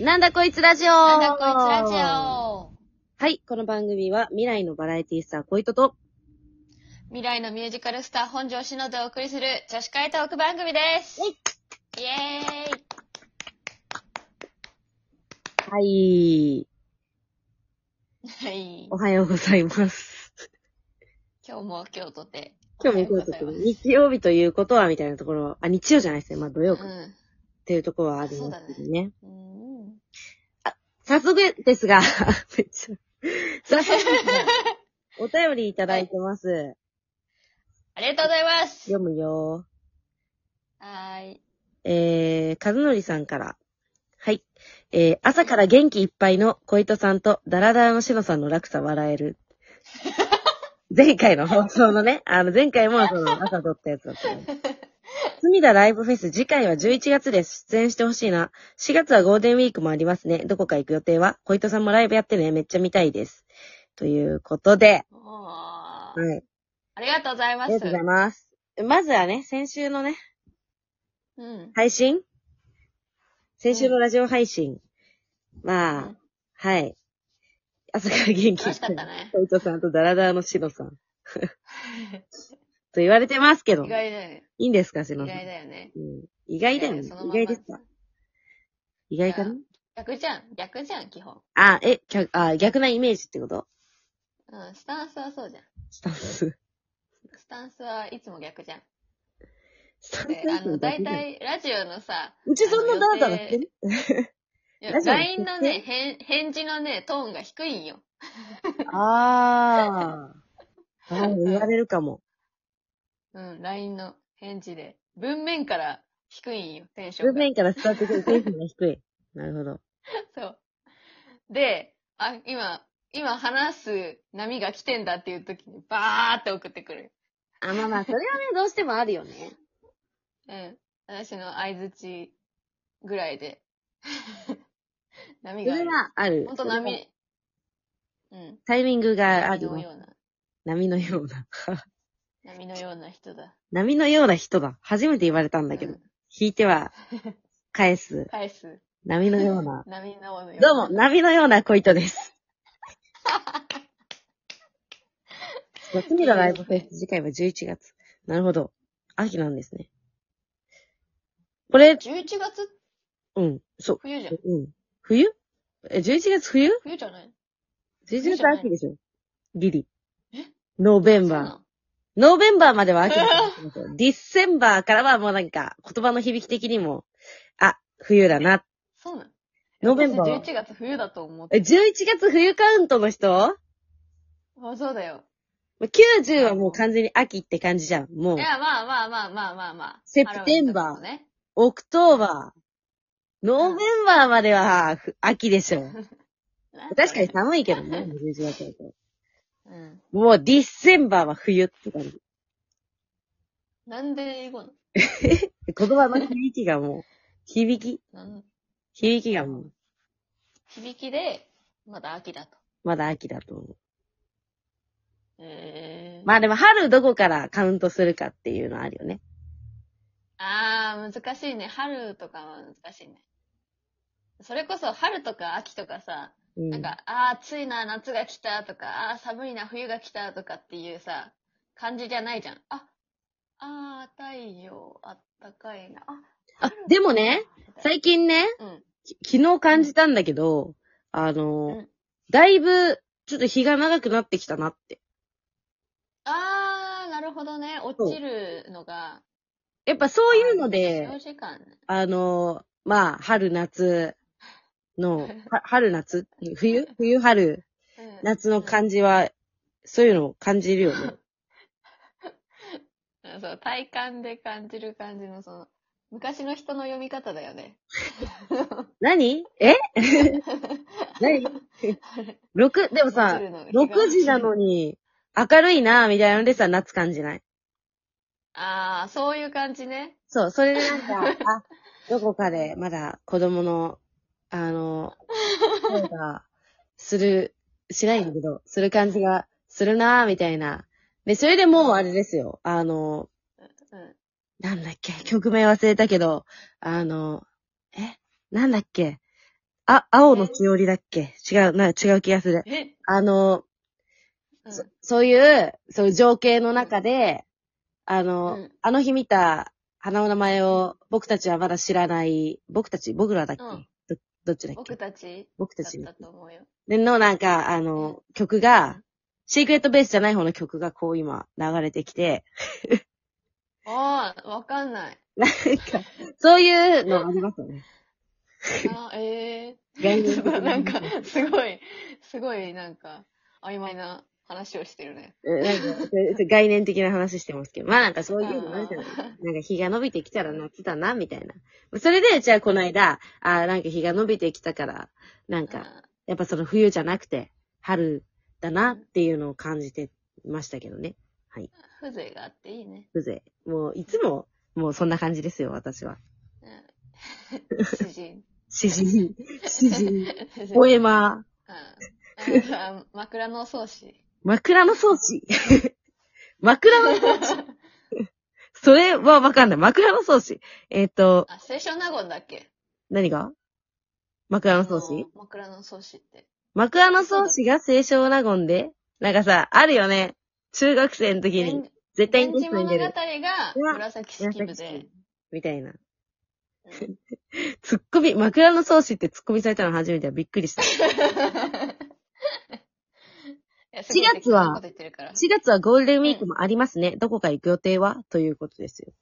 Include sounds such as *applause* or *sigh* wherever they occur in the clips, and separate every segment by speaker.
Speaker 1: なんだこいつラジオ
Speaker 2: なんだこいつラジオ
Speaker 1: はい、この番組は未来のバラエティスターこいとと、
Speaker 2: 未来のミュージカルスター本庄しのでお送りする女子会トーク番組です
Speaker 1: はい
Speaker 2: イエーイ
Speaker 1: はい、
Speaker 2: はい。
Speaker 1: おはようございます。
Speaker 2: 今日も今日とて。
Speaker 1: 今日も行こうと思って日曜日ということはみたいなところ、あ、日曜じゃないですね。まあ土
Speaker 2: う
Speaker 1: 曜かっ
Speaker 2: ん。
Speaker 1: ていうところはありますけどね。
Speaker 2: うん。
Speaker 1: 早速です
Speaker 2: *laughs*
Speaker 1: が、めっちゃ早速ですが、お便りいただいてます。
Speaker 2: ありがとうございます
Speaker 1: 読むよー。
Speaker 2: はーい。
Speaker 1: えー、かずのりさんから。はい。えー、朝から元気いっぱいの小糸さんとダラダラのしのさんの落差笑え *laughs* る。前回の放送のね、あの前回もその朝撮ったやつだったの。隅田ライブフェス次回は11月です。出演してほしいな。4月はゴールデンウィークもありますね。どこか行く予定は小糸さんもライブやってね。めっちゃ見たいです。ということで、
Speaker 2: おー
Speaker 1: はい。
Speaker 2: ありがとうござい
Speaker 1: あ
Speaker 2: ま
Speaker 1: りが。
Speaker 2: す
Speaker 1: とうございます。まずはね、先週のね、
Speaker 2: うん。
Speaker 1: 配信先週のラジオ配信。まあ、
Speaker 2: うん
Speaker 1: はい。朝から元気。
Speaker 2: 楽しかったね。
Speaker 1: トイトさんとダラダラのシノ
Speaker 2: *laughs*
Speaker 1: さん。と言われてますけど、
Speaker 2: 意外
Speaker 1: い
Speaker 2: だよね。
Speaker 1: いんですか、シ
Speaker 2: 意
Speaker 1: ノ
Speaker 2: 外
Speaker 1: さん。
Speaker 2: だよね。
Speaker 1: うん意外だよね。
Speaker 2: その
Speaker 1: 意
Speaker 2: まま
Speaker 1: 外ですか意外かな
Speaker 2: 逆じゃん。逆じゃん、基本。
Speaker 1: あ、え、逆、あ、逆なイメージってこと
Speaker 2: うん、スタンスはそうじゃん。
Speaker 1: スタンス。
Speaker 2: スタンスはいつも逆じゃん。
Speaker 1: スタン
Speaker 2: で、
Speaker 1: ス
Speaker 2: あの、だいた
Speaker 1: 逆
Speaker 2: い、ラジオのさ、
Speaker 1: うちそんなダラダラしてる
Speaker 2: いや
Speaker 1: ラジオの
Speaker 2: LINE のね、返返事のね、トーンが低いんよ。
Speaker 1: あー。あー言われるかも。
Speaker 2: うん、LINE の返事で。文面から低いんよ、テンションが。
Speaker 1: 文面から伝わってくるテンションが低い。なるほど。
Speaker 2: そう。で、あ、今、今話す波が来てんだっていう時にバーって送ってくる。
Speaker 1: あ、まあまあ、それはね、どうしてもあるよね。
Speaker 2: うん。私の相づちぐら
Speaker 1: *laughs*
Speaker 2: いで。波
Speaker 1: *laughs* そ
Speaker 2: があ
Speaker 1: れ
Speaker 2: る。
Speaker 1: はある。
Speaker 2: ほんと波。うん。
Speaker 1: タイミングがあ
Speaker 2: 波
Speaker 1: る
Speaker 2: の
Speaker 1: ね。
Speaker 2: ような、
Speaker 1: 波のような。 *laughs*
Speaker 2: 波のような人だ。
Speaker 1: 波のような人だ。初めて言われたんだけど
Speaker 2: うん。
Speaker 1: 引いて *laughs* は、返す。
Speaker 2: 返す。
Speaker 1: 波のような。
Speaker 2: 波のよう
Speaker 1: *laughs*
Speaker 2: な。
Speaker 1: どうも、波のような小糸 *laughs* です。隅田ライブフェス、次回は11月。なるほど。秋なんですね。これ、
Speaker 2: 11月
Speaker 1: うん、そ
Speaker 2: 冬じゃん
Speaker 1: う。。うん。冬え、11月冬
Speaker 2: 冬じゃない
Speaker 1: ?11
Speaker 2: 冬
Speaker 1: 月
Speaker 2: じゃない
Speaker 1: 秋でしょギリ。ノーベン
Speaker 2: そう
Speaker 1: バー
Speaker 2: な。の
Speaker 1: ノーベンバーまでは秋だと思ってます
Speaker 2: *laughs*
Speaker 1: よ。ディッセンバーからはもうなんか、言葉の響き的にも、あ、冬だな。
Speaker 2: そうなの
Speaker 1: ノーベンバーは
Speaker 2: 私11月冬だと思っ
Speaker 1: え、
Speaker 2: て。
Speaker 1: 11月冬カウントの人
Speaker 2: あそうだよ。
Speaker 1: ?90 はもう完全に秋って感じじゃん。もう
Speaker 2: い、や、まあまあまあまあまあまあ。
Speaker 1: セプテンバー
Speaker 2: あるわけだね。
Speaker 1: オクトーバー。ノーベンバーまではふ秋で
Speaker 2: *laughs*
Speaker 1: しょ。確かに寒いけどね、11月だと。
Speaker 2: うん。
Speaker 1: もうディッセンバーは冬って感じ。
Speaker 2: なんで英語な
Speaker 1: 言葉の響きがもう、響き、
Speaker 2: のなん
Speaker 1: 響きがもう、
Speaker 2: 響きで、まだ秋だと。
Speaker 1: まだ秋だと思う。
Speaker 2: えー。
Speaker 1: まあでも春どこからカウントするかっていうのはあるよね。
Speaker 2: あー、難しいね。春とかは難しいね。それこそ春とか秋とかさ、
Speaker 1: うん
Speaker 2: なんか、あー暑いな、夏が来たとか、あー寒いな、冬が来たとかっていうさ、感じじゃないじゃん。あ、あー太陽、あったかいな。あ
Speaker 1: あ、でもね、最近ね、
Speaker 2: うん。
Speaker 1: き昨日感じたんだけど、あの、
Speaker 2: うん
Speaker 1: だいぶ、ちょっと日が長くなってきたなって。
Speaker 2: あー、なるほどね。落ちるのが。
Speaker 1: やっぱそういうので、
Speaker 2: 4時間ね。
Speaker 1: あの、まあ、春夏の、は春夏冬冬春
Speaker 2: うん
Speaker 1: 夏の感じは、そういうのを感じるよ
Speaker 2: *laughs*
Speaker 1: ね。
Speaker 2: うんそう、体感で感じる感じの、その、昔の人の読み方だよね。
Speaker 1: 何
Speaker 2: *laughs*
Speaker 1: え何六でもさ、6時なの
Speaker 2: の日が。
Speaker 1: に、明るいな、みたいなのでさ、夏感じない。
Speaker 2: あー、そういう感じね。
Speaker 1: そう、それでなん *laughs* か、あ、どこかで、まだ子供の、あの、声が、する、しないんだけど、する感じが、するな、みたいな。で、それでもうあれですよ。あの、
Speaker 2: うん。
Speaker 1: なんだっけ、曲名忘れたけど、あの、え、なんだっけ、あ、青のしおりだっけ違う、な、違う気がする。
Speaker 2: え、
Speaker 1: あの、
Speaker 2: うん、
Speaker 1: そそういう、そういう情景の中で、あの、
Speaker 2: うん
Speaker 1: あの日見た花の名前を僕たちはまだ知らない、僕たち、僕らだっけ、
Speaker 2: うん
Speaker 1: ど、どっちだっ
Speaker 2: 僕
Speaker 1: け
Speaker 2: たち
Speaker 1: 僕た
Speaker 2: だっ
Speaker 1: ち
Speaker 2: たと思うよ。
Speaker 1: でのなんか、あの、曲が、シークレットベースじゃない方の曲がこう今流れてきて、
Speaker 2: ああ、わかんない。
Speaker 1: なんか、そういうのありますよ
Speaker 2: *laughs*
Speaker 1: ね。
Speaker 2: あーえ
Speaker 1: 概
Speaker 2: え
Speaker 1: 念的
Speaker 2: ー。
Speaker 1: な
Speaker 2: なんか、すごい、すごい、なんか、曖昧な話をしてるね。
Speaker 1: えなんか、そういう概念的な話してますけど。まあなんかそういうのあるじゃない
Speaker 2: うんうん
Speaker 1: なんか日が伸びてきたら夏だな、みたいな。それで、じゃあこの間、あーなんか日が伸びてきたから、なんか、やっぱその冬じゃなくて、春だなっていうのを感じてましたけどね。
Speaker 2: うん風情があっていいね。
Speaker 1: 風情。もういつも、もうそんな感じですよ、私は。
Speaker 2: うん詩人。
Speaker 1: 詩人、詩
Speaker 2: *laughs*
Speaker 1: 人、
Speaker 2: 詩人
Speaker 1: ポエマー、
Speaker 2: うんあの枕の草子。
Speaker 1: *laughs* 枕草子。枕の、それはわかんない。枕草子。えっ、と、
Speaker 2: あ、清少納言だっけ
Speaker 1: 何が枕草
Speaker 2: あ
Speaker 1: 子
Speaker 2: の枕の草子って。
Speaker 1: 枕草子が清少納言でなんかさ、あるよね。中学生の時に
Speaker 2: 源
Speaker 1: 絶対に
Speaker 2: 源
Speaker 1: テ
Speaker 2: 氏
Speaker 1: ストに
Speaker 2: 物
Speaker 1: 出
Speaker 2: 語が
Speaker 1: る。
Speaker 2: 紫式部で。
Speaker 1: みたいな *laughs*
Speaker 2: う。
Speaker 1: ツッコミ、枕草子ってツッコミされたの初めてはびっく
Speaker 2: *laughs*
Speaker 1: りした。4
Speaker 2: いやすごい
Speaker 1: 4月は
Speaker 2: 適当なこと言ってるから
Speaker 1: 月はゴールデンウィークもありますね。どこか行く予定はということですよ。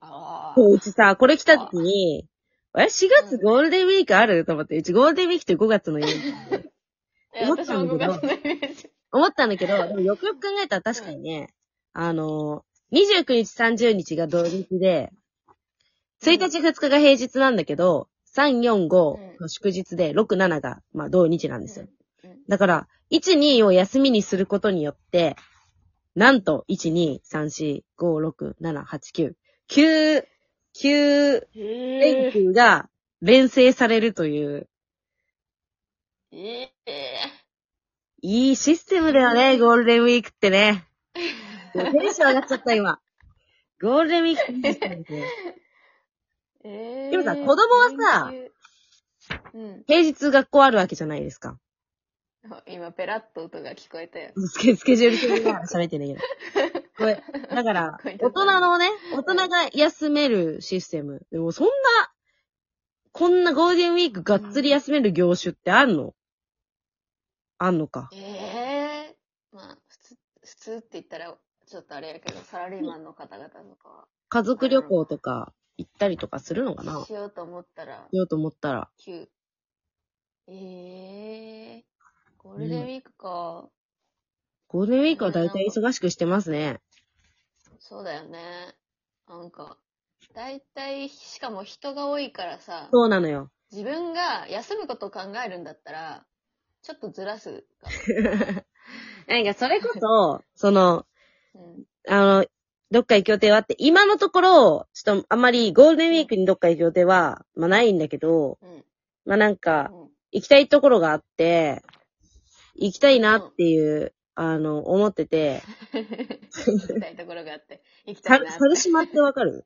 Speaker 2: ああ。
Speaker 1: そう、うちさ、これ来た時に、え、4月
Speaker 2: うん
Speaker 1: ゴールデンウィークあると思って、うちゴールデンウィークって5月の家。
Speaker 2: いや
Speaker 1: 思っ
Speaker 2: 私
Speaker 1: た
Speaker 2: も
Speaker 1: ん
Speaker 2: 5
Speaker 1: だけど
Speaker 2: 月のイメージ。
Speaker 1: 思ったんだけど、でもよくよく考えたら確かにね、あの、29日、30日が土日で、1日、2日が平日なんだけど、3、4、5の祝日で、6、7が、まあ、同日なんですよ。だから、1、2を休みにすることによって、なんと、1、2、3、4、5、6、7、8、9、9、9、
Speaker 2: へ
Speaker 1: 連
Speaker 2: え。
Speaker 1: 休が連成されるという、
Speaker 2: ええ。
Speaker 1: いいシステムだよね、ゴールデンウィークってね。もうテンション上がっちゃった、今。ゴールデンウィークっていいシステムですね
Speaker 2: ええ。
Speaker 1: でもさ子供はさ
Speaker 2: さ、うん。
Speaker 1: 平日学校あるわけじゃないですか。
Speaker 2: 今、ペラッと音が聞こえたよ。
Speaker 1: *laughs* スケスケジュール決めながら喋ってんだけど。これ、だから、大人のね、大人が休めるシステム。でもそんな、こんなゴールデンウィークがっつり休める業種ってあんのあんのか。
Speaker 2: ええ。まあ、普通、普通って言ったら、ちょっとあれやけど、サラリーマンの方々とか
Speaker 1: 家族旅行とか行ったりとかするのかな
Speaker 2: は、
Speaker 1: し
Speaker 2: しようと思ったら、
Speaker 1: ようと思ったら。
Speaker 2: 9。ええ。ゴールデンウィークか。
Speaker 1: ゴールデンウィークは大体忙しくしてますね。
Speaker 2: そうだよね。なんか、大体、しかも人が多いからさ、
Speaker 1: そうなのよ。
Speaker 2: 自分が休むことを考えるんだったら、ちょっとずらすか
Speaker 1: *laughs* なんかそれこそ、その、
Speaker 2: も。うん。
Speaker 1: あの、どっか行く予定はあって、今のところ、ちょっとあんまりゴールデンウィークにどっか行く予定は、まあないんだけど、
Speaker 2: うん。
Speaker 1: まあなんか、 *laughs*
Speaker 2: うん *laughs*
Speaker 1: 行きたいところがあって、行きたいなっていう、あの、思ってて、
Speaker 2: 行きたいところがあって。行きた
Speaker 1: さ
Speaker 2: いなって。
Speaker 1: 猿島ってわかる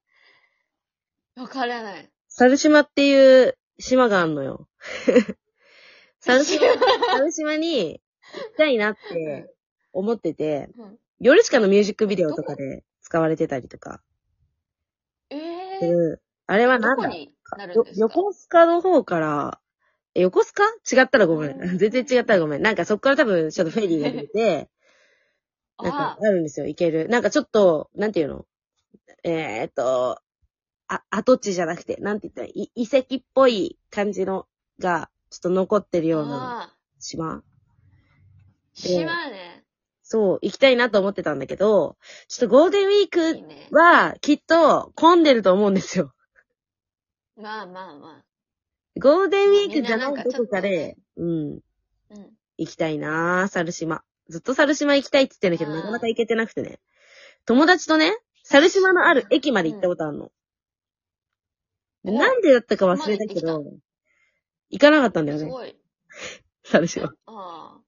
Speaker 2: わからない。
Speaker 1: 猿島っていう島があんのよ。猿島、猿島に行きたいなって思ってて、
Speaker 2: うん、
Speaker 1: ヨルシカのミュージックビデオとかで使われてたりとか
Speaker 2: え
Speaker 1: す
Speaker 2: え
Speaker 1: る。あれは
Speaker 2: ー。ど
Speaker 1: なん
Speaker 2: こ
Speaker 1: だ
Speaker 2: になるん
Speaker 1: よ
Speaker 2: ですか
Speaker 1: 横須賀の方から、え、横須賀違ったらごめ
Speaker 2: うん
Speaker 1: ん。全然違ったらごめん。なんかそこから多分ちょっとフェリーが出て、なんか
Speaker 2: *laughs* ああ
Speaker 1: あるんですよ、行ける。なんかちょっと、なんていうのえーっと、あ、跡地じゃなくて、なんて言ったらいい、遺跡っぽい感じのが、ちょっと残ってるような
Speaker 2: ああ。
Speaker 1: 島
Speaker 2: 島ね。
Speaker 1: そう、行きたいなと思ってたんだけど、ちょっとゴールデンウィーク
Speaker 2: いいね。
Speaker 1: は、きっと、混んでると思うんですよ。
Speaker 2: まあまあま
Speaker 1: ゴールデンウィークじゃないどこか
Speaker 2: みんななんか
Speaker 1: で、うん、
Speaker 2: あ。うん。
Speaker 1: 行きたいなぁ、猿島。ずっと猿島行きたいって言ってんだけど、
Speaker 2: うん
Speaker 1: なかなか行けてなくてね。友達とね、猿島のある駅まで行ったことあるの。で
Speaker 2: おう
Speaker 1: なんでだったか忘れたけ
Speaker 2: そこまで
Speaker 1: ど、行かなかったんだよ
Speaker 2: す
Speaker 1: ね、*laughs*
Speaker 2: ごい。
Speaker 1: 猿島。フ
Speaker 2: ああ。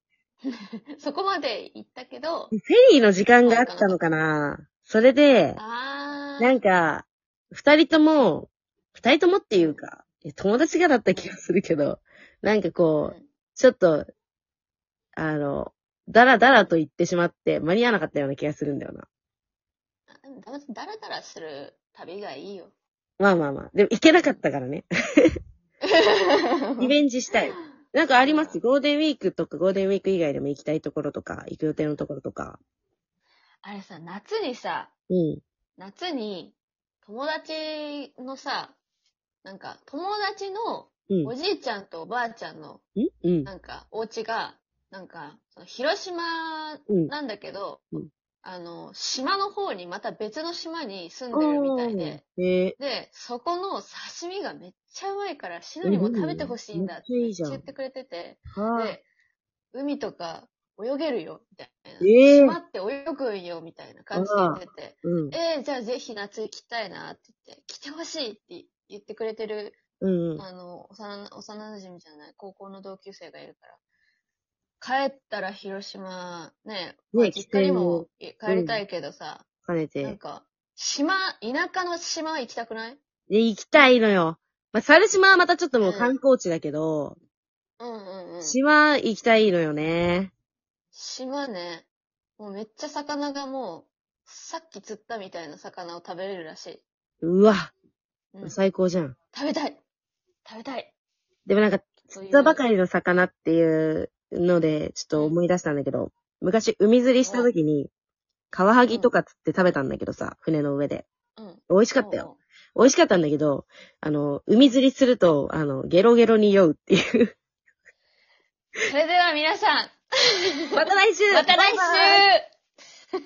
Speaker 2: *laughs* そこまで行ったけど、
Speaker 1: ェリーの時間があったのかなそれで、
Speaker 2: ああ。
Speaker 1: なんか、二人とも、二人ともっていうか、え友達がだった気がするけど、なんかこう、ちょっと、あの、ダラダラと言ってしまって、間に合わなかったような気がするんだよな。
Speaker 2: うんだだらだらする旅がいいよ。
Speaker 1: *laughs* まあまあまあ。でも、行けなかったからね。リベンジしたい。なんかありますゴールデンウィークとか、ゴールデンウィーク以外でも行きたいところとか、行く予定のところとか。
Speaker 2: あれさ、夏にさ、
Speaker 1: うん。
Speaker 2: 夏に友達のさ、なんか友達の
Speaker 1: うん
Speaker 2: お。じいちゃんとおばあちゃんの
Speaker 1: んうん。
Speaker 2: なんかお家が、なんかその広島
Speaker 1: うん。
Speaker 2: なんだけど、
Speaker 1: うん
Speaker 2: あの、島の方にまた別の島に住んでるみたいで、
Speaker 1: おー。へえ
Speaker 2: で、そこの刺身がめっちゃうまいから、シノにも食べてほしいんだって
Speaker 1: うんめっちゃいいじゃん
Speaker 2: 言ってくれてて、
Speaker 1: はあ。
Speaker 2: で、海とか泳げるよ、みたいな。
Speaker 1: ええ
Speaker 2: 島って泳ぐんよ、みたいな感じで言ってて、
Speaker 1: うん。
Speaker 2: えー、じゃあぜひ夏行きたいなって言って、来てほしいって言ってくれてる、
Speaker 1: うん。
Speaker 2: あの、幼な、幼馴染じゃない、高校の同級生がいるから。帰ったら広島、ね、まあ
Speaker 1: ね
Speaker 2: 実家にも
Speaker 1: ん
Speaker 2: 帰りたいけどさ、
Speaker 1: 兼ね
Speaker 2: なん
Speaker 1: て。
Speaker 2: か、島、田舎の島行きたくない
Speaker 1: で、行きたいのよ。まあ、猿島はまたちょっともう観光地だけど、
Speaker 2: うんうんうん。
Speaker 1: 島行きたいのよね。
Speaker 2: 島ね、もうめっちゃ魚がもう、さっき釣ったみたいな魚を食べれるらしい。
Speaker 1: うわ、
Speaker 2: うん、食
Speaker 1: 最高じゃん。
Speaker 2: べたい食べたい
Speaker 1: でもなんか、
Speaker 2: そう
Speaker 1: 釣
Speaker 2: いう
Speaker 1: ったばかりの魚っていうので、ちょっと思い出したんだけど、昔海釣りした時に、カワハギとか釣って食べたんだけどさ、船の上で。
Speaker 2: うん。
Speaker 1: 美味しかったよ。美味しかったんだけど、あの、海釣りすると、あの、ゲロゲロに酔うっていう。
Speaker 2: それでは皆さん、
Speaker 1: また来週
Speaker 2: *laughs* また来
Speaker 1: バイバイ
Speaker 2: 週